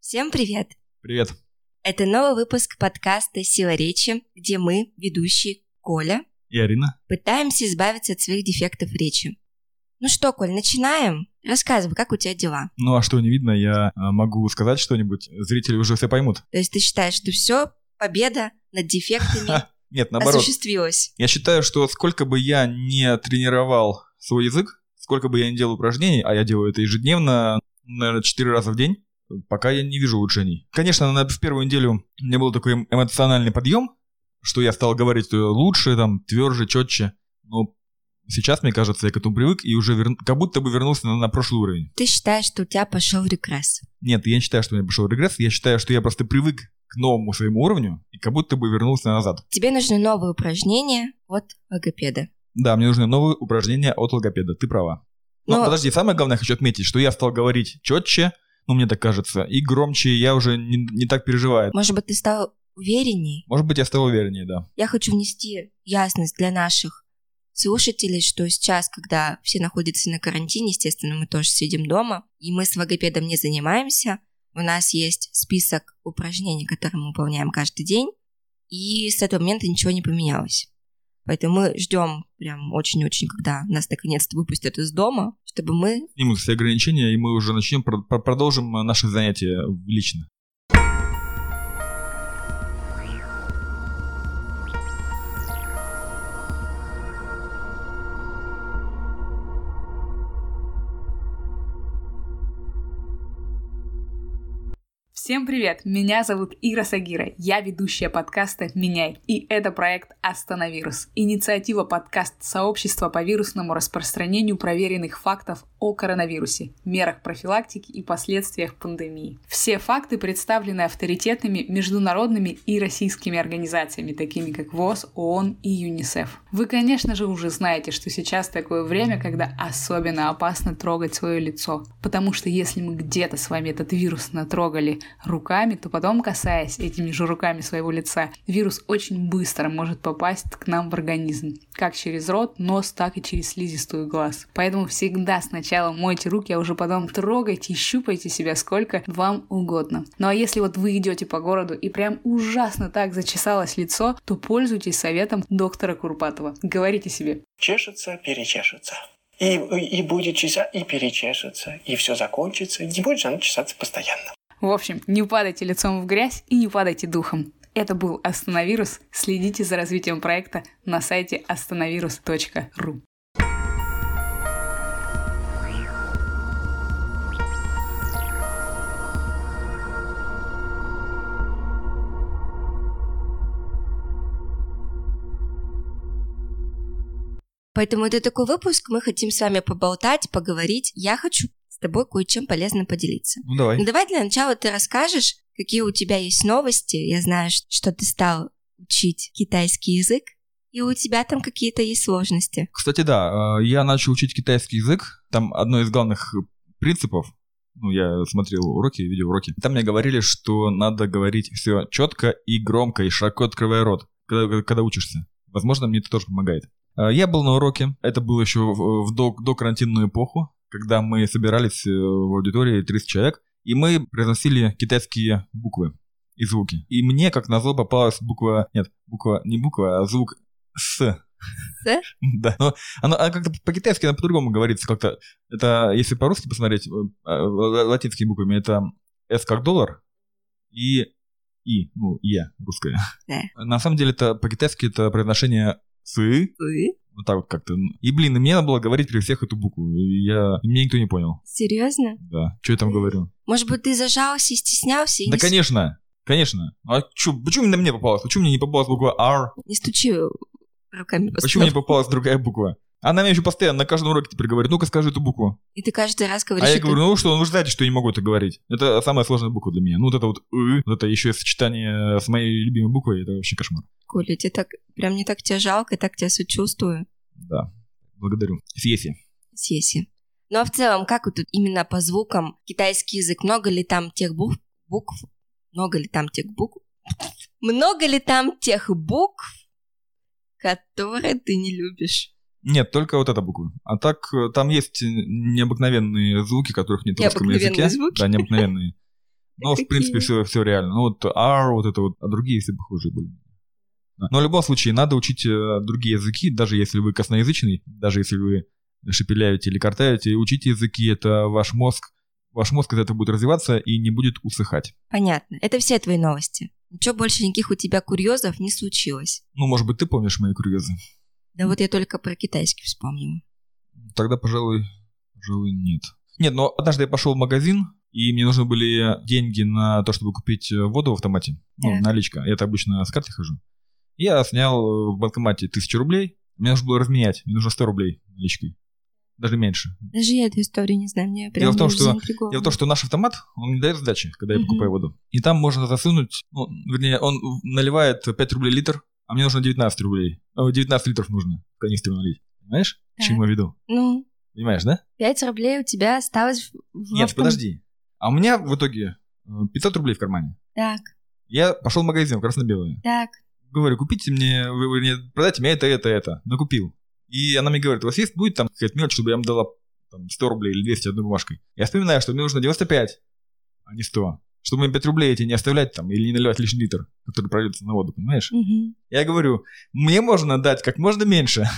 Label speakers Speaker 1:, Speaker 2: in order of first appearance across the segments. Speaker 1: Всем привет!
Speaker 2: Привет.
Speaker 1: Это новый выпуск подкаста «Сила речи», где мы, ведущие Коля,
Speaker 2: И Арина?
Speaker 1: пытаемся избавиться от своих дефектов речи. Ну что, Коль, начинаем? Рассказывай, как у тебя дела?
Speaker 2: Ну а что не видно, я а, могу сказать что-нибудь, зрители уже все поймут.
Speaker 1: То есть ты считаешь, что все, победа над дефектами
Speaker 2: Нет, наоборот.
Speaker 1: осуществилась?
Speaker 2: Я считаю, что сколько бы я не тренировал свой язык, сколько бы я не делал упражнений, а я делаю это ежедневно, наверное, 4 раза в день, пока я не вижу улучшений. Конечно, на, в первую неделю у меня был такой эм- эмоциональный подъем, что я стал говорить э, лучше, там, тверже, четче. Но сейчас, мне кажется, я к этому привык и уже верн- как будто бы вернулся на- на прошлый уровень.
Speaker 1: Ты считаешь, что у тебя пошел регресс?
Speaker 2: Нет, я не считаю, что у меня пошел регресс. Я считаю, что я просто привык к новому своему уровню и как будто бы вернулся назад.
Speaker 1: Тебе нужны новые упражнения от логопеда.
Speaker 2: Да, мне нужны новые упражнения от логопеда, ты права. Но,
Speaker 1: Но-
Speaker 2: подожди, самое главное, я хочу отметить, что я стал говорить четче, ну, мне так кажется, и громче, я уже не, не так переживаю.
Speaker 1: Может быть, ты стал уверенней?
Speaker 2: Может быть, я стал увереннее, да.
Speaker 1: Я хочу внести ясность для наших слушателей, что сейчас, когда все находятся на карантине, естественно, мы тоже сидим дома, и мы с логопедом не занимаемся, у нас есть список упражнений, которые мы выполняем каждый день, и с этого момента ничего не поменялось. Поэтому мы ждем прям очень-очень, когда нас наконец-то выпустят из дома, чтобы мы...
Speaker 2: Снимут все ограничения, и мы уже начнем, про- про- продолжим э, наши занятия в- лично.
Speaker 3: Всем привет! Меня зовут Ира Сагира, я ведущая подкаста «Меняй». И это проект «Остановирус» — инициатива подкаст-сообщества по вирусному распространению проверенных фактов о коронавирусе, мерах профилактики и последствиях пандемии. Все факты представлены авторитетными международными и российскими организациями, такими как ВОЗ, ООН и ЮНИСЕФ. Вы, конечно же, уже знаете, что сейчас такое время, когда особенно опасно трогать свое лицо, потому что если мы где-то с вами этот вирус натрогали руками, то потом, касаясь этими же руками своего лица, вирус очень быстро может попасть к нам в организм, как через рот, нос, так и через слизистую глаз. Поэтому всегда сначала мойте руки, а уже потом трогайте и щупайте себя сколько вам угодно. Ну а если вот вы идете по городу и прям ужасно так зачесалось лицо, то пользуйтесь советом доктора Курпатова. Говорите себе
Speaker 4: чешется, перечешется. И, и будет чесать, и перечешется, и все закончится, и не будет же она чесаться постоянно.
Speaker 3: В общем, не падайте лицом в грязь и не падайте духом. Это был Остановирус. Следите за развитием проекта на сайте остановирус.ру.
Speaker 1: Поэтому это такой выпуск, мы хотим с вами поболтать, поговорить. Я хочу с тобой кое-чем полезным поделиться.
Speaker 2: Ну, давай.
Speaker 1: Ну, давай для начала ты расскажешь, какие у тебя есть новости. Я знаю, ш- что ты стал учить китайский язык, и у тебя там какие-то есть сложности.
Speaker 2: Кстати, да, э, я начал учить китайский язык. Там одно из главных принципов, ну, я смотрел уроки, видеоуроки. Там мне говорили, что надо говорить все четко и громко, и широко открывая рот, когда, когда учишься. Возможно, мне это тоже помогает. Э, Я был на уроке, это было еще в, в до, карантинную эпоху, когда мы собирались э, в аудитории 30 человек, и мы произносили китайские буквы и звуки. И мне, как назло, попалась буква... Нет, буква... Не буква, а звук «с».
Speaker 1: «С»?
Speaker 2: Да. Но она, она как-то по-китайски, она по-другому говорится как-то. Это, если по-русски посмотреть, э, э, л- латинскими буквами, это «с» как доллар и «и», ну, «е» русская.
Speaker 1: Да.
Speaker 2: На самом деле, это по-китайски это произношение «сы», вот так вот как-то. И, блин, и мне надо было говорить при всех эту букву. И я... и меня никто не понял.
Speaker 1: Серьезно?
Speaker 2: Да. Что я там говорю?
Speaker 1: Может быть, ты зажался и стеснялся, и
Speaker 2: Да,
Speaker 1: не, с-
Speaker 2: конечно. Конечно. А чё, почему именно мне попалась? Почему мне не попалась буква R?
Speaker 1: не стучи руками по
Speaker 2: Почему мне
Speaker 1: столу.
Speaker 2: попалась другая буква? Она мне еще постоянно на каждом уроке теперь говорит, ну-ка скажи эту букву.
Speaker 1: И ты каждый раз
Speaker 2: А
Speaker 1: говоришь...
Speaker 2: я
Speaker 1: это-
Speaker 2: говорю, ну что, ну вы же знаете, что я не могу это говорить. Это самая сложная буква для меня. Ну вот это вот «ы», вот это еще сочетание с моей любимой буквой, это вообще кошмар.
Speaker 1: Коля, тебе так... Прям не так тебя жалко, так тебя сочувствую.
Speaker 2: Да. Благодарю. Съеси.
Speaker 1: Сеси. Ну а в целом, как вот тут именно по звукам китайский язык? Много ли там тех бух- букв? Много ли там тех букв? Много ли там тех букв, которые ты не любишь?
Speaker 2: Нет, только вот эта буква. А так, э, там есть э, необыкновенные звуки, которых нет в русском
Speaker 1: Необыкновенные
Speaker 2: языке.
Speaker 1: звуки?
Speaker 2: Да, необыкновенные. Ну, в
Speaker 3: Какие?
Speaker 2: принципе, все, все реально. Ну, вот R, вот это вот, а другие если похожие были. Да. Но в любом случае, надо учить э, другие языки, даже если вы косноязычный, даже если вы шепеляете или картаете, учите языки, это ваш мозг, ваш мозг из этого будет развиваться и не будет усыхать.
Speaker 1: Понятно. Это все твои новости. Ничего больше никаких у тебя курьезов не случилось.
Speaker 2: Ну, может быть, ты помнишь мои курьезы?
Speaker 1: Да вот я только про китайский вспомнила.
Speaker 2: Тогда, пожалуй, пожалуй, нет. Нет, но однажды я пошел в магазин, и мне нужны были деньги на то, чтобы купить э, воду в автомате. Ну,
Speaker 1: Так.
Speaker 2: наличка. Я-то обычно с карты хожу. Я снял э, в банкомате тысячу рублей. Мне нужно было разменять. Мне нужно 100 рублей наличкой. Даже меньше.
Speaker 1: Даже я эту историю не знаю, мне прям
Speaker 2: в том,
Speaker 1: уже
Speaker 2: что-
Speaker 1: заинтриговало.
Speaker 2: Дело в том, что наш автомат, он не дает сдачи, когда я
Speaker 1: Мгм.
Speaker 2: покупаю воду. И там можно засунуть, ну, вернее, он в- наливает 5 рублей литр, а мне нужно 19 рублей. Э, 19 литров нужно в канистру налить. Понимаешь? К чему я веду?
Speaker 1: Ну,
Speaker 2: Понимаешь, да?
Speaker 1: 5 рублей у тебя осталось в- в
Speaker 2: Нет,
Speaker 1: автом-
Speaker 2: подожди. А у меня в итоге э, 500 рублей в кармане.
Speaker 1: Так,
Speaker 2: Я пошел в магазин красно-белый.
Speaker 1: так.
Speaker 2: Говорю, купите мне, вы, вы мне продайте мне это, это, это. Накупил. И она мне говорит, у вас есть будет там какая-то мелочь, чтобы я вам дала там, 100 рублей или 200 одной бумажкой. Я вспоминаю, что мне нужно 95, а не 100. Чтобы мне 5 рублей эти не оставлять там или не наливать лишний литр, который прольется на воду, понимаешь?
Speaker 1: Мгм.
Speaker 2: Я говорю, мне можно дать как можно меньше.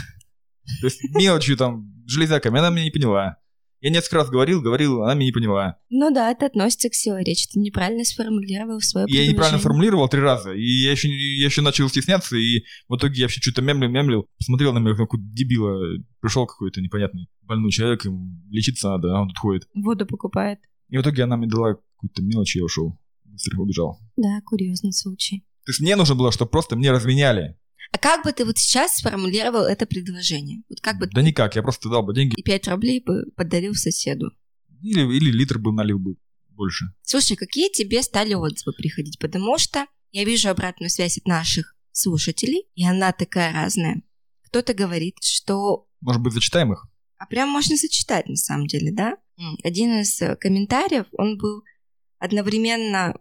Speaker 2: То есть мелочью там, железяками, она меня не поняла. Я несколько раз говорил, говорил, она меня не поняла.
Speaker 1: Ну да, это относится к силе речи. Ты неправильно сформулировал свое
Speaker 2: Я неправильно
Speaker 1: предложение.
Speaker 2: формулировал три раза, и я еще, я еще начал стесняться, и в итоге я вообще что-то мямлил, мямлил, посмотрел на меня, как на какого-то дебила, пришел какой-то непонятный больной человек, им лечиться надо, а он тут ходит.
Speaker 1: Воду покупает.
Speaker 2: И в итоге она мне дала какую-то мелочь, и я ушел, быстро убежал.
Speaker 1: Да, курьезный случай.
Speaker 2: То есть мне нужно было, чтобы просто мне разменяли.
Speaker 1: А как бы ты вот сейчас сформулировал это предложение? Вот как бы
Speaker 2: Да никак, я просто дал бы деньги,
Speaker 1: и 5 рублей бы подарил соседу?
Speaker 2: или, или литр бы налил бы больше.
Speaker 1: Слушай, какие тебе стали отзывы приходить? Потому что я вижу обратную связь от наших слушателей, и она такая разная. Кто-то говорит, что...
Speaker 2: Может быть, зачитаем их?
Speaker 1: А прям можно сочетать, на самом деле, да? М, Один из э, комментариев, он был одновременно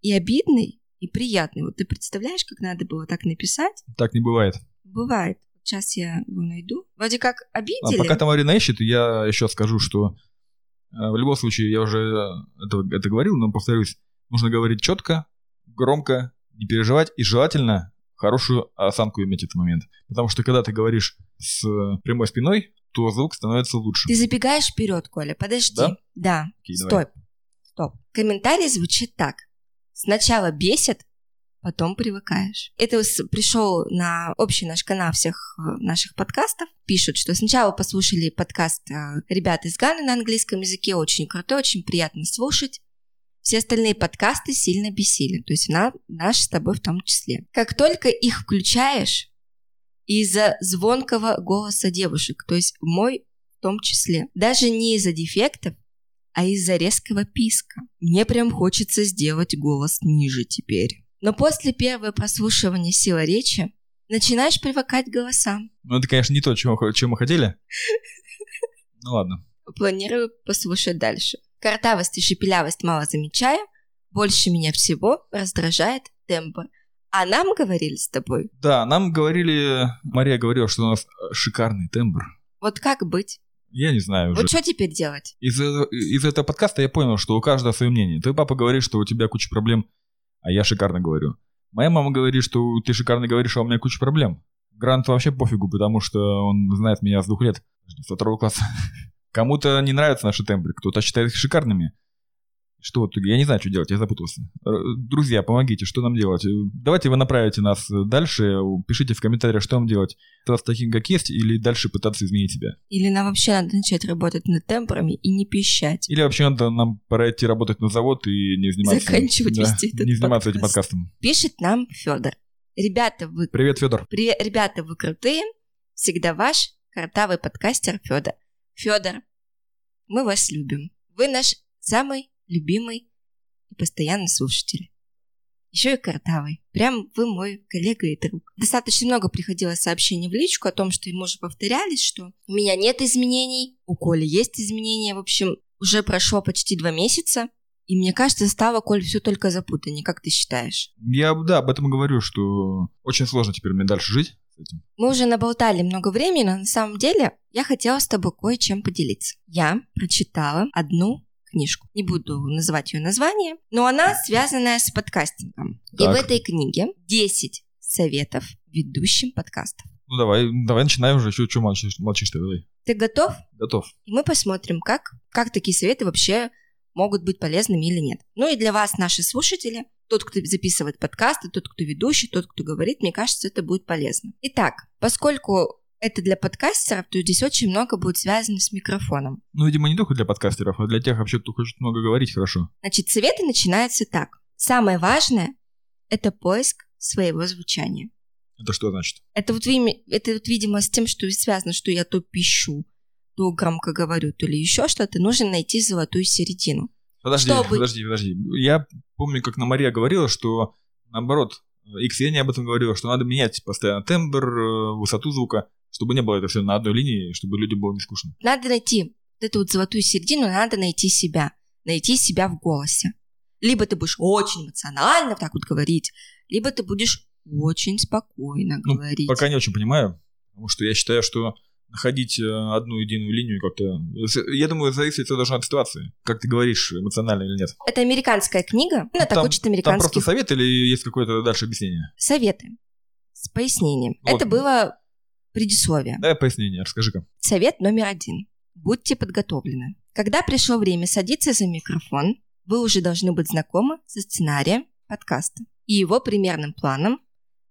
Speaker 1: и обидный, и приятный. Вот ты представляешь, как надо было так написать?
Speaker 2: Так не бывает.
Speaker 1: Бывает. Сейчас я его найду. Вроде как
Speaker 2: А
Speaker 1: обидели.
Speaker 2: пока там Арина ищет, я еще скажу, что э, в любом случае, я уже э, это, это говорил, но повторюсь, нужно говорить четко, громко, не переживать и желательно хорошую осанку иметь в этот момент. Потому что когда ты говоришь с э, прямой спиной, то звук становится лучше.
Speaker 1: Ты забегаешь вперед, Коля, подожди.
Speaker 2: Да?
Speaker 1: Да.
Speaker 2: Окей,
Speaker 1: Стоп.
Speaker 2: давай.
Speaker 1: Стоп. Комментарий звучит так. Сначала бесит, потом привыкаешь. Это с- пришел на общий наш канал всех э, наших подкастов. Пишут, что сначала послушали подкаст э, ребят из Ганы на английском языке. Очень крутой, очень приятно слушать. Все остальные подкасты сильно бесили. То есть на, наш с тобой в том числе. Как только их включаешь, из-за звонкого голоса девушек, то есть мой в том числе, даже не из-за дефектов, а из-за резкого писка. Мне прям хочется сделать голос ниже теперь. Но после первого прослушивания сила речи начинаешь привыкать к голосам.
Speaker 2: Ну, это, конечно, не то, чего, хо- чего мы хотели. Ну ладно.
Speaker 1: Планирую послушать дальше. Картавость и шепелявость мало замечаю. Больше меня всего раздражает тембр. А нам говорили с тобой,
Speaker 2: Да, нам говорили, Мария говорила, что у нас э, шикарный тембр.
Speaker 1: вот как быть?
Speaker 2: Я не знаю уже.
Speaker 1: Вот что теперь делать?
Speaker 2: Из, из этого подкаста я понял, что у каждого свое мнение. Твой папа говорит, что у тебя куча проблем, а я шикарно говорю. Моя мама говорит, что ты шикарно говоришь, а у меня куча проблем. Грант вообще пофигу, потому что он знает меня с двух лет, с второго класса. Кому-то не нравятся наши тембры, кто-то считает их шикарными. Что в итоге? Я не знаю, что делать, я запутался. Р- Друзья, помогите, что нам делать? Э, Давайте вы направите нас дальше, пишите в комментариях, что нам делать. Остаться таким, как есть, или дальше пытаться изменить себя.
Speaker 1: Или нам вообще надо начать работать над тембрами и не пищать?
Speaker 2: Или вообще надо нам пора идти работать на завод и не заниматься...
Speaker 1: Заканчивать вести этот
Speaker 2: Не заниматься этим
Speaker 1: подкаст.
Speaker 2: подкастом.
Speaker 1: Пишет нам Федор. Ребята, вы
Speaker 2: Привет, Федор.
Speaker 1: При- ребята, вы крутые. Всегда ваш картавый подкастер Федор. Федор, мы вас любим. Вы наш самый любимый и постоянный слушатель. Еще и картавый. Прям вы мой коллега и друг. Достаточно много приходило сообщений в личку о том, что им уже повторялись, что у меня нет изменений, у Коли есть изменения. В общем, уже прошло почти два месяца, и мне кажется, стало, Коль, все только запутаннее. Как ты считаешь?
Speaker 2: Я, да, об этом и говорю, что очень сложно теперь мне дальше жить с этим.
Speaker 1: Мы уже наболтали много времени, но на самом деле я хотела с тобой кое-чем поделиться. Я прочитала одну книжку. Не буду называть ее название, но она связанная с подкастингом. И в
Speaker 2: Так.
Speaker 1: этой книге 10 советов ведущим подкастов.
Speaker 2: Ну давай, давай начинай уже, чё, чё молчишь, молчишь ты, давай.
Speaker 1: Ты готов?
Speaker 2: Готов.
Speaker 1: И мы посмотрим, как, как такие советы вообще могут быть полезными или нет. Ну и для вас, наши слушатели, тот, кто записывает подкасты, тот, кто ведущий, тот, кто говорит, мне кажется, это будет полезно. Итак, поскольку это для подкастеров, то здесь очень много будет связано с микрофоном.
Speaker 2: Ну, видимо, не только для подкастеров, а для тех вообще, кто хочет много говорить, хорошо.
Speaker 1: Значит, советы начинаются так. Самое важное – это поиск своего звучания.
Speaker 2: Это что значит?
Speaker 1: Это вот, вими- это вот, видимо, с тем, что связано, что я то пищу, то громко говорю, то ли еще что-то. Нужно найти золотую середину.
Speaker 2: Подожди,
Speaker 1: Чтобы-
Speaker 2: подожди, подожди. Я помню, как на Мария говорила, что наоборот, и Ксения об этом говорила, что надо менять постоянно тембр, э, высоту звука, чтобы не было это все на одной линии, и чтобы людям было не скучно.
Speaker 1: Надо найти вот эту вот золотую середину, надо найти себя. Найти себя в голосе. Либо ты будешь очень эмоционально вот так вот говорить, либо ты будешь очень спокойно
Speaker 2: Ну,
Speaker 1: говорить.
Speaker 2: Пока не очень понимаю, потому что я считаю, что находить э, одну единую линию как-то... э, с- Я думаю, зависит все должно от ситуации, как ты говоришь, эмоционально или нет.
Speaker 1: Это американская книга, ну, она так
Speaker 2: Там-
Speaker 1: учит
Speaker 2: Там
Speaker 1: американских
Speaker 2: просто совет или есть какое-то дальше объяснение?
Speaker 1: советы с пояснением.
Speaker 2: Вот.
Speaker 1: Это было предисловие.
Speaker 2: Давай пояснение, расскажи-ка.
Speaker 1: Совет номер один. Будьте подготовлены. Когда пришло время садиться за микрофон, вы уже должны быть знакомы со сценарием подкаста и его примерным планом,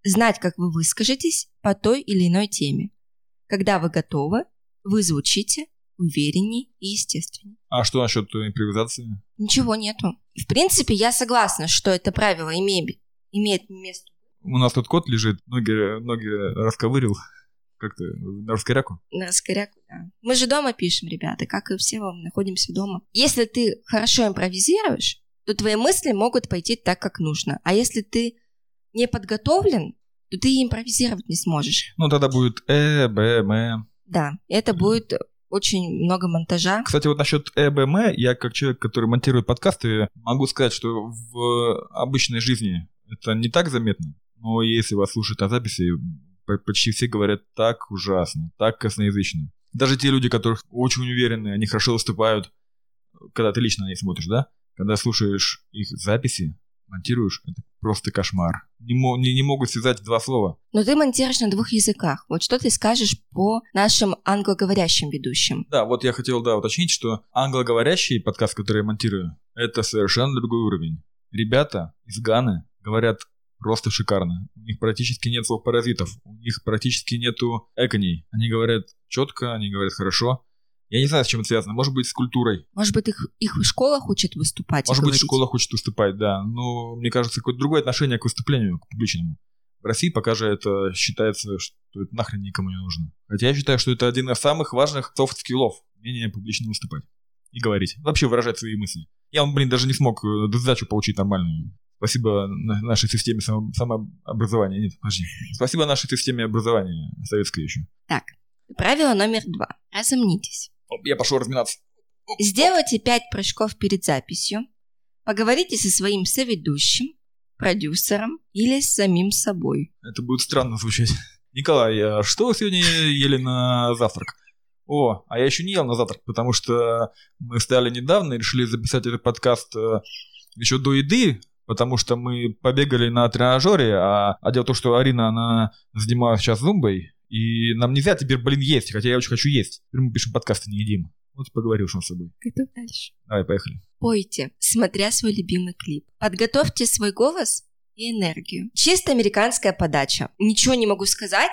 Speaker 1: знать, как вы выскажетесь по той или иной теме. Когда вы готовы, вы звучите уверенней и естественнее.
Speaker 2: А что насчет импровизации?
Speaker 1: Ничего нету. В принципе, я согласна, что это правило имеет, имеет место
Speaker 2: У нас тут кот лежит, ноги, ноги расковырил как-то на раскоряку.
Speaker 1: на раскоряку, да. Мы же дома пишем, ребята, как и все мы находимся дома. Если ты хорошо импровизируешь, то твои мысли могут пойти так, как нужно. А если ты не подготовлен, то ты и импровизировать не сможешь.
Speaker 2: Ну, тогда будет Э, Б, М.
Speaker 1: Да, это будет очень много монтажа.
Speaker 2: Кстати, вот насчет Э, Б, М, я как человек, который монтирует подкасты, могу сказать, что в обычной жизни это не так заметно, но если вас слушают на записи, п- почти все говорят так ужасно, так косноязычно. Даже те люди, которых очень уверены, они хорошо выступают, когда ты лично на них смотришь, да? Когда слушаешь их записи, монтируешь, это просто кошмар. Не, мо- не- не могут связать два слова.
Speaker 1: Но ты монтируешь на двух языках. Вот что ты скажешь по нашим англоговорящим ведущим?
Speaker 2: Да, вот я хотел, да, уточнить, что англоговорящий подкаст, который я монтирую, это совершенно другой уровень. Ребята из Ганы говорят просто шикарно. У них практически нет слов паразитов, у них практически нету эконей. Они говорят четко, они говорят хорошо. Я не знаю, с чем это связано. Может быть, с культурой.
Speaker 1: Может быть, их, их в школах учат выступать? и
Speaker 2: Может быть,
Speaker 1: говорить?
Speaker 2: школа хочет выступать, да. Но мне кажется, какое-то другое отношение к выступлению, к публичному. В России пока же это считается, что это нахрен никому не нужно. Хотя я считаю, что это один из самых важных софт-скиллов. Умение публично выступать и говорить. Вообще выражать свои мысли. Я, блин, даже не смог э, сдачу получить нормальную. Спасибо на- нашей системе само- самообразования. Нет, подожди. Спасибо нашей системе образования советской еще.
Speaker 1: Правило номер два. Разомнитесь.
Speaker 2: Оп, Я пошел разминаться.
Speaker 1: Сделайте 5 прыжков перед записью. Поговорите со своим соведущим, продюсером или с самим собой.
Speaker 2: Это будет странно звучать. Николай, а что вы сегодня ели на завтрак? О, а я еще не ел на завтрак, потому что мы стали недавно и решили записать этот подкаст еще до еды, потому что мы побегали на тренажере, а, а дело в том, что Арина, она занималась сейчас зумбой, и нам нельзя теперь, блин, есть, хотя я очень хочу есть. Теперь мы пишем подкасты, не едим. Вот и поговорил сам с собой.
Speaker 1: Готов дальше.
Speaker 2: Давай, поехали.
Speaker 1: Пойте, смотря свой любимый клип. Подготовьте свой голос и энергию. Чисто американская подача. Ничего не могу сказать.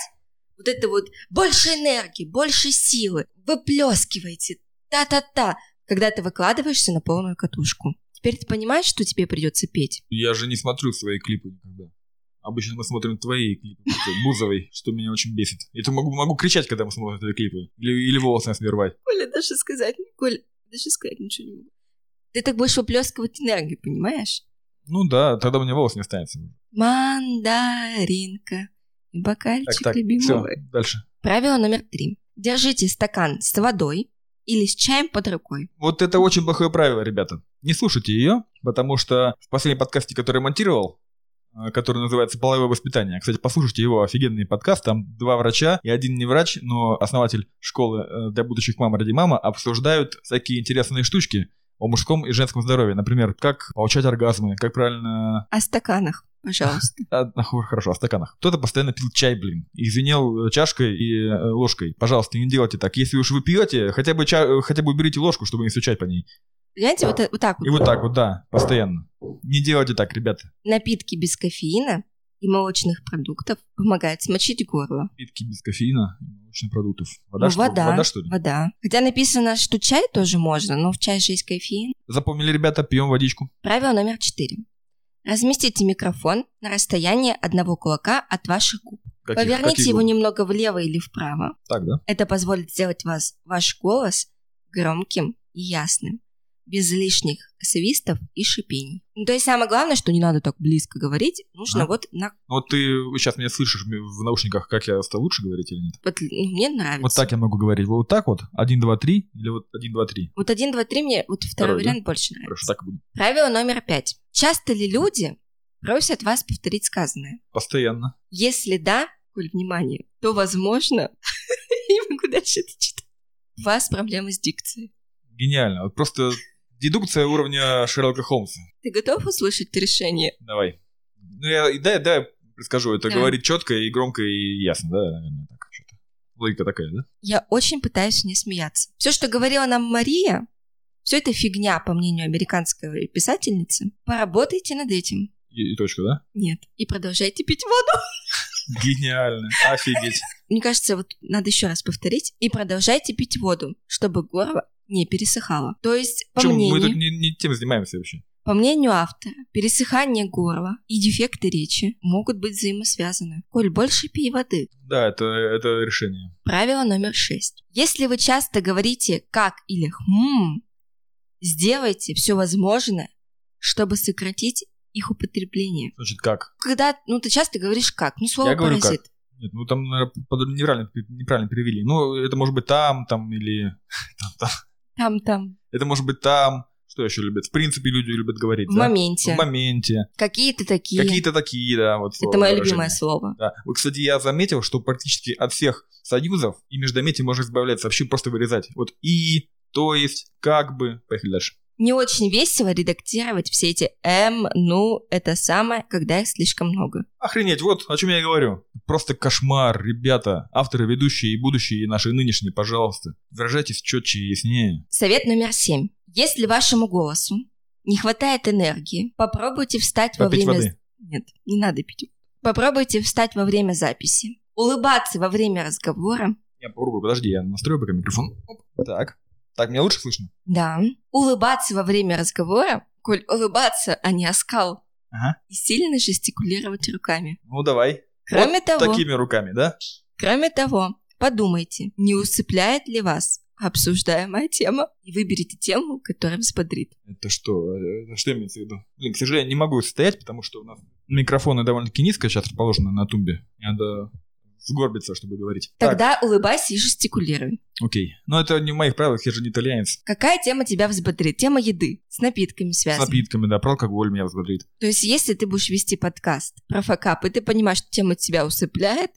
Speaker 1: Вот это вот больше энергии, больше силы. Выплескивайте. Та-та-та. Когда ты выкладываешься на полную катушку. Теперь ты понимаешь, что тебе придется петь?
Speaker 2: Я же не смотрю свои клипы никогда. Обычно мы смотрим твои клипы, кстати, Бузовой, что меня очень бесит. Я тут могу, могу кричать, когда мы смотрим твои клипы. Или, или волосы нас рвать.
Speaker 1: Коля, даже сказать, Коля, даже сказать ничего не могу. Ты так будешь выплескивать энергию, понимаешь?
Speaker 2: Ну да, тогда у меня волос не останется.
Speaker 1: Мандаринка и бокальчик
Speaker 2: Так, так, все,
Speaker 1: любимого.
Speaker 2: дальше.
Speaker 1: Правило номер три. Держите стакан с водой или с чаем под рукой.
Speaker 2: Вот это очень плохое правило, ребята. Не слушайте ее, потому что в последнем подкасте, который я монтировал, э, который называется «Половое воспитание». Кстати, послушайте его, офигенный подкаст. Там два врача и один не врач, но основатель школы э, для будущих мам ради мама обсуждают всякие интересные штучки. о мужском и женском здоровье. Например, как получать оргазмы, как правильно...
Speaker 1: О стаканах, пожалуйста.
Speaker 2: а, нахуй, хорошо, о стаканах. Кто-то постоянно пил чай, блин, и звенел э, чашкой и э, ложкой. Пожалуйста, не делайте так. Если уж вы пьете, хотя бы, ча- э, хотя бы уберите ложку, чтобы не стучать по ней.
Speaker 1: Гляньте, вот, э- вот так
Speaker 2: И
Speaker 1: вот.
Speaker 2: вот так вот, да, постоянно. Не делайте так, ребята.
Speaker 1: Напитки без кофеина и молочных продуктов помогают смочить горло.
Speaker 2: Питки без кофеина, и молочных продуктов. Вода,
Speaker 1: Ну,
Speaker 2: что, ли?
Speaker 1: вода.
Speaker 2: вода, что ли?
Speaker 1: Вода. Хотя написано, что чай тоже можно, но в чай же есть кофеин.
Speaker 2: Запомнили, ребята, пьем водичку.
Speaker 1: Правило номер четыре. Разместите микрофон на расстоянии одного кулака от ваших губ.
Speaker 2: Каких-
Speaker 1: Поверните
Speaker 2: каких
Speaker 1: его
Speaker 2: губ?
Speaker 1: немного влево или вправо.
Speaker 2: Так, да?
Speaker 1: Это позволит сделать вас, ваш голос громким и ясным, без лишних свистов и шипений. Ну, то есть самое главное, что не надо так близко говорить, нужно
Speaker 2: А.
Speaker 1: вот на...
Speaker 2: Вот ты сейчас меня слышишь в наушниках, как я стал лучше говорить или нет?
Speaker 1: вот, ну, мне нравится.
Speaker 2: Вот так я могу говорить. Вот так вот. Один, два, три. Или вот один, два, три.
Speaker 1: Вот один, два, три мне вот второй,
Speaker 2: Второй, да?
Speaker 1: вариант больше нравится.
Speaker 2: Хорошо, так и буду.
Speaker 1: Правило номер пять. Часто ли люди просят вас повторить сказанное?
Speaker 2: Постоянно.
Speaker 1: Если да, коль внимание, то возможно... Я не могу дальше это читать. У вас проблемы с дикцией.
Speaker 2: Гениально. Вот просто дедукция уровня Шерлока Холмса.
Speaker 1: Ты готов услышать решение?
Speaker 2: Давай. Ну, я, и да, да, я предскажу. Это
Speaker 1: Да.
Speaker 2: говорить четко и громко и ясно, да, наверное, так что-то. Логика такая, да?
Speaker 1: Я очень пытаюсь не смеяться. Все, что говорила нам Мария, все это фигня, по мнению американской писательницы. Поработайте над этим.
Speaker 2: И, и точка, да?
Speaker 1: Нет. И продолжайте пить воду.
Speaker 2: Гениально. Офигеть.
Speaker 1: Мне кажется, вот надо еще раз повторить. И продолжайте пить воду, чтобы горло не пересыхало. То есть, по
Speaker 2: Чё, мы
Speaker 1: мнению,
Speaker 2: тут не, не тем занимаемся вообще.
Speaker 1: по мнению автора, пересыхание горла и дефекты речи могут быть взаимосвязаны. Коль больше пей воды,
Speaker 2: Да, это, это решение.
Speaker 1: Правило номер шесть. Если вы часто говорите «как» или «хм», сделайте все возможное, чтобы сократить их употребление.
Speaker 2: Значит, как?
Speaker 1: Когда, ну, ты часто говоришь «как», ну, слово
Speaker 2: Я говорю
Speaker 1: «паразит».
Speaker 2: Нет, ну там, наверное, под- неправильно, неправильно перевели. Ну, это может быть там, там или... Там, там.
Speaker 1: Там-там.
Speaker 2: Это может быть там. Что еще любят? В принципе, люди любят говорить.
Speaker 1: В
Speaker 2: да?
Speaker 1: моменте.
Speaker 2: В моменте.
Speaker 1: Какие-то такие.
Speaker 2: Какие-то такие, да. Вот
Speaker 1: Это мое
Speaker 2: выражения.
Speaker 1: любимое слово.
Speaker 2: Да. Вот, кстати, я заметил, что практически от всех союзов и междометий можно избавляться, вообще просто вырезать. Вот и, то есть, как бы. Поехали дальше.
Speaker 1: Не очень весело редактировать все эти «м», «ну», «это самое», когда их слишком много.
Speaker 2: Охренеть, вот о чем я и говорю. Просто кошмар, ребята. Авторы, ведущие и будущие, и наши нынешние, пожалуйста. Выражайтесь четче и яснее.
Speaker 1: Совет номер семь. Если вашему голосу не хватает энергии, попробуйте встать во
Speaker 2: Попить
Speaker 1: время...
Speaker 2: воды.
Speaker 1: Нет, не надо пить. Попробуйте встать во время записи. Улыбаться во время разговора.
Speaker 2: Я попробую, подожди, я настрою пока микрофон. Оп. Так. Так, меня лучше слышно?
Speaker 1: Да. Улыбаться во время разговора. Коль улыбаться, а не оскал.
Speaker 2: Ага.
Speaker 1: И сильно жестикулировать руками.
Speaker 2: Ну, давай.
Speaker 1: Кроме того,
Speaker 2: Такими руками, да?
Speaker 1: кроме того, подумайте, не усыпляет ли вас обсуждаемая тема. И выберите тему, которая взбодрит.
Speaker 2: Это что? Э, это что имеется в виду? Блин, к сожалению, не могу стоять, потому что у нас микрофоны довольно-таки низко сейчас расположены на тумбе. И Надо сгорбиться, чтобы говорить. Так,
Speaker 1: Тогда улыбайся и жестикулируй.
Speaker 2: окей. Но это не в моих правилах, я же не итальянец.
Speaker 1: Какая тема тебя взбодрит? Тема еды. С напитками
Speaker 2: С
Speaker 1: связана.
Speaker 2: напитками, да, про алкоголь меня взбодрит.
Speaker 1: То есть, если ты будешь вести подкаст про факап, и ты понимаешь, что тема тебя усыпляет,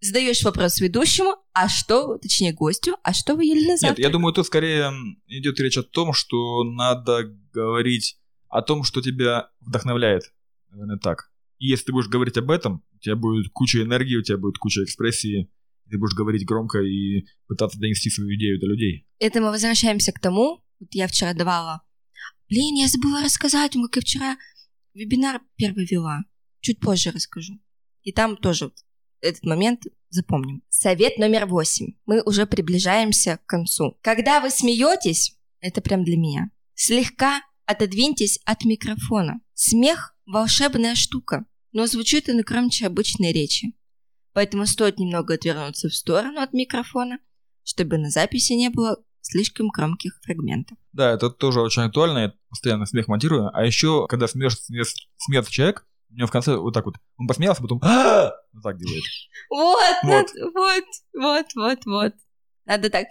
Speaker 1: задаешь вопрос ведущему, а что, точнее, гостю, а что вы ели на
Speaker 2: Нет,
Speaker 1: завтрак?
Speaker 2: я думаю, тут скорее м, идет речь о том, что надо говорить о том, что тебя вдохновляет. Наверное, так. И если ты будешь говорить об этом, у тебя будет куча энергии, у тебя будет куча экспрессии, ты будешь говорить громко и пытаться донести свою идею до людей.
Speaker 1: Это мы возвращаемся к тому, вот я вчера давала, блин, я забыла рассказать вам, как я вчера вебинар первый вела. Чуть позже расскажу. И там тоже вот этот момент запомним. Совет номер восемь. Мы уже приближаемся к концу. Когда вы смеетесь, это прям для меня, слегка отодвиньтесь от микрофона. Смех – волшебная штука, но звучит он громче обычной речи. Поэтому стоит немного отвернуться в сторону от микрофона, чтобы на записи не было слишком громких фрагментов.
Speaker 2: Да, это тоже очень актуально, я постоянно смех монтирую. А еще, когда смеешь, смеется человек, у него в конце вот так вот, он посмеялся, потом «А!» вот так делает.
Speaker 1: Вот,
Speaker 2: Вот.
Speaker 1: вот, вот, вот, вот, вот. Надо так.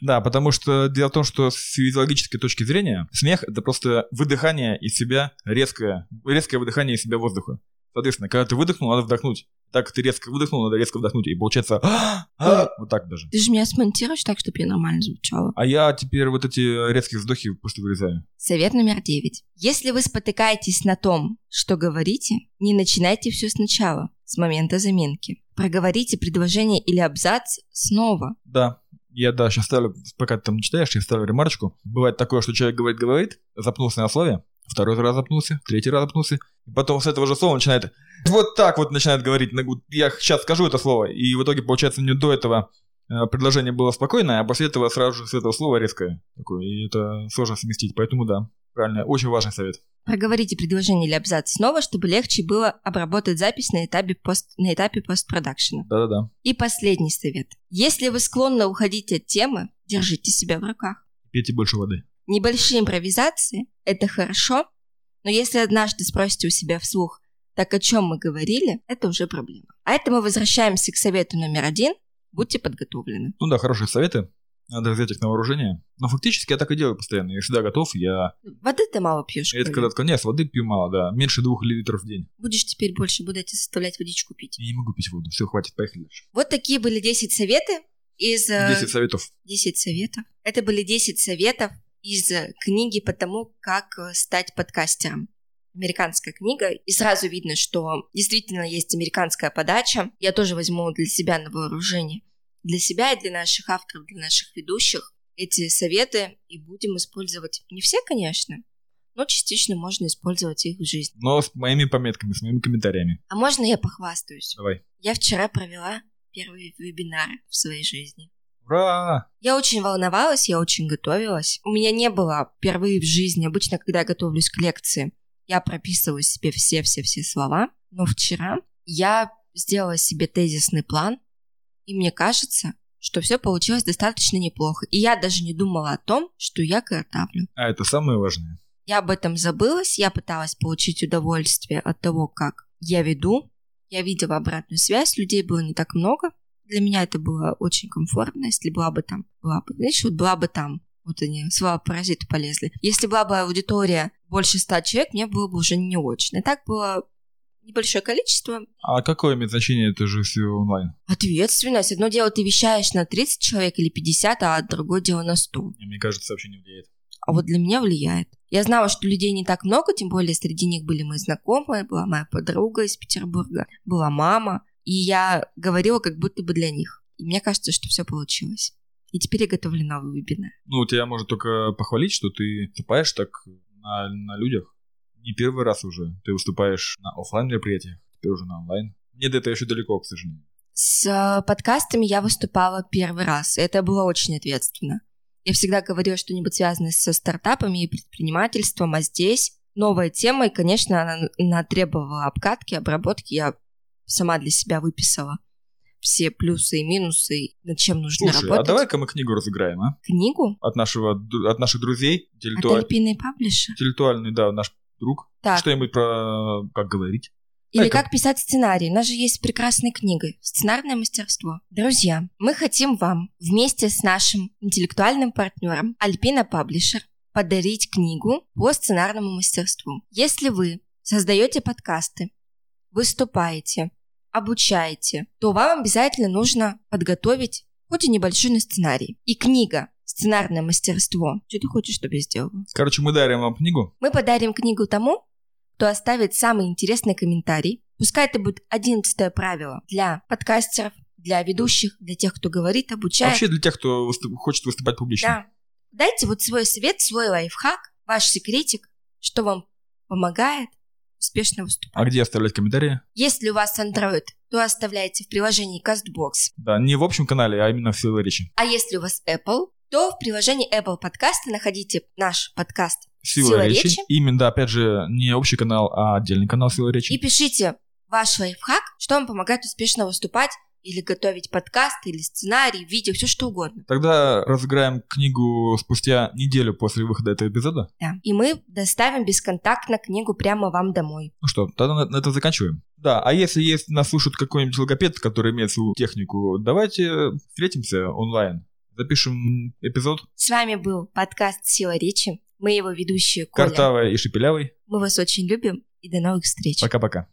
Speaker 2: Да, потому что дело в том, что с физиологической точки зрения смех это просто выдыхание из себя резкое, резкое выдыхание из себя воздуха. Соответственно, когда ты выдохнул, надо вдохнуть. Так как ты резко выдохнул, надо резко вдохнуть. И получается «А, вот так даже.
Speaker 1: Ты же меня смонтируешь так, чтобы я нормально звучала.
Speaker 2: А я теперь вот эти резкие вздохи просто вырезаю.
Speaker 1: Совет номер девять. Если вы спотыкаетесь на том, что говорите, не начинайте все сначала, с момента заминки. Проговорите предложение или абзац снова.
Speaker 2: Да. Я, да, сейчас ставлю, пока ты там читаешь, я ставлю ремарочку. Бывает такое, что человек говорит-говорит, запнулся на слове, второй раз запнулся, третий раз запнулся, и потом с этого же слова начинает вот так вот начинает говорить. на- вот Я сейчас скажу это слово, и в итоге, получается, мне до этого э, предложение было спокойное, а после этого сразу же с этого слова резкое такое, и это сложно совместить, поэтому да, правильно, очень важный совет.
Speaker 1: Проговорите предложение или абзац снова, чтобы легче было обработать запись на этапе, пост, на этапе постпродакшена.
Speaker 2: Да-да-да.
Speaker 1: И последний совет. Если вы склонны уходить от темы, держите себя в руках.
Speaker 2: Пейте больше воды.
Speaker 1: Небольшие импровизации – это хорошо, но если однажды спросите у себя вслух, так о чем мы говорили, это уже проблема. А это мы возвращаемся к совету номер один – будьте подготовлены.
Speaker 2: Ну да, хорошие советы, надо взять их на вооружение. Но фактически я так и делаю постоянно, я всегда готов, я...
Speaker 1: Воды ты мало пьешь.
Speaker 2: Я это
Speaker 1: Коля.
Speaker 2: когда отклоняюсь, воды пью мало, да, меньше двух литров в день.
Speaker 1: Будешь теперь больше, буду я тебя заставлять водичку пить.
Speaker 2: Я не могу пить воду, все, хватит, поехали дальше.
Speaker 1: Вот такие были 10 советы из... э,
Speaker 2: 10 советов
Speaker 1: 10 советов. Это были 10 советов из э, книги по тому, как э, стать подкастером. Американская книга, и сразу видно, что действительно есть американская подача. Я тоже возьму для себя на вооружение. Для себя и для наших авторов, для наших ведущих эти советы и будем использовать. Не все, конечно, но частично можно использовать их в жизни.
Speaker 2: но с моими пометками, с моими комментариями.
Speaker 1: А можно я похвастаюсь?
Speaker 2: Давай.
Speaker 1: Я вчера провела первый вебинар в своей жизни.
Speaker 2: Ура!
Speaker 1: Я очень волновалась, я очень готовилась. У меня не было впервые в жизни, обычно, когда я готовлюсь к лекции, я прописываю себе все-все-все слова. Но вчера я сделала себе тезисный план, и мне кажется, что все получилось достаточно неплохо. И я даже не думала о том, что я картавлю.
Speaker 2: А это самое важное.
Speaker 1: Я об этом забылась, я пыталась получить удовольствие от того, как я веду. Я видела обратную связь, людей было не так много. Для меня это было очень комфортно, если была бы там, была бы, знаешь, вот была бы там. Вот они, слова паразиты полезли. Если была бы аудитория больше ста человек, мне было бы уже не очень. И так было небольшое количество,
Speaker 2: А какое имеет значение это же все онлайн?
Speaker 1: Ответственность. Одно дело, ты вещаешь на 30 человек или 50, а другое дело на 100.
Speaker 2: Мне кажется, вообще не влияет.
Speaker 1: а вот для меня влияет. Я знала, что людей не так много, тем более среди них были мои знакомые, была моя подруга из Петербурга, была мама, и я говорила как будто бы для них. И мне кажется, что все получилось. И теперь я готовлю новый вебинар.
Speaker 2: Ну, тебя можно только похвалить, что ты выступаешь так на, на людях. Не первый раз уже. Ты выступаешь на офлайн мероприятиях, теперь уже на онлайн. Мне до этого еще далеко, к сожалению.
Speaker 1: С э, подкастами я выступала первый раз. и Это было очень ответственно. Я всегда говорила что-нибудь связанное со стартапами и предпринимательством, а здесь новая тема, и, конечно, она, она требовала обкатки, обработки. Я сама для себя выписала все плюсы и минусы, над чем нужно
Speaker 2: Слушай, а
Speaker 1: работать.
Speaker 2: давай-ка мы книгу разыграем, а?
Speaker 1: Книгу
Speaker 2: От, нашего, ду- от наших друзей,
Speaker 1: от
Speaker 2: интеллектуа-
Speaker 1: Альпины Паблишер.
Speaker 2: интеллектуальный, да, наш друг.
Speaker 1: Так,
Speaker 2: Что-нибудь про как говорить.
Speaker 1: Или
Speaker 2: Это-
Speaker 1: как писать сценарий. У нас же есть прекрасная книга «Сценарное мастерство». Друзья, мы хотим вам вместе с нашим интеллектуальным партнером Альпина Паблишер подарить книгу по сценарному мастерству. Если вы создаете подкасты, выступаете, обучаете, то вам обязательно нужно подготовить хоть и небольшой на сценарий. И книга «Сценарное мастерство». Что ты хочешь, чтобы я сделала?
Speaker 2: Короче, мы дарим вам книгу.
Speaker 1: Мы подарим книгу тому, кто оставит самый интересный комментарий. Пускай это будет одиннадцатое правило для подкастеров, для ведущих, для тех, кто говорит, обучает.
Speaker 2: Вообще для тех, кто выступ- хочет выступать публично.
Speaker 1: Да. Дайте вот свой совет, свой лайфхак, ваш секретик, что вам помогает успешно выступать.
Speaker 2: А где оставлять комментарии?
Speaker 1: Если у вас Android, то оставляйте в приложении CastBox.
Speaker 2: Да, не в общем канале, а именно в силу речи.
Speaker 1: А если у вас Apple, то в приложении Apple подкасты находите наш подкаст
Speaker 2: Сила,
Speaker 1: Сила
Speaker 2: речи.
Speaker 1: речи.
Speaker 2: Именно, да, опять же, не общий канал, а отдельный канал Сила речи.
Speaker 1: и пишите ваш лайфхак, что вам помогает успешно выступать или готовить подкасты, или сценарий, видео, все что угодно.
Speaker 2: Тогда разыграем книгу спустя неделю после выхода этого эпизода.
Speaker 1: Да. И мы доставим бесконтактно книгу прямо вам домой.
Speaker 2: Ну что, тогда на, на этом заканчиваем. Да, а если есть, нас слушает какой-нибудь логопед, который имеет свою технику, давайте встретимся онлайн. Запишем эпизод
Speaker 1: С вами был подкаст «Сила речи». Мы его ведущие Коля.
Speaker 2: Картавая и Шепелявый.
Speaker 1: Мы вас очень любим и до новых встреч.
Speaker 2: Пока-пока.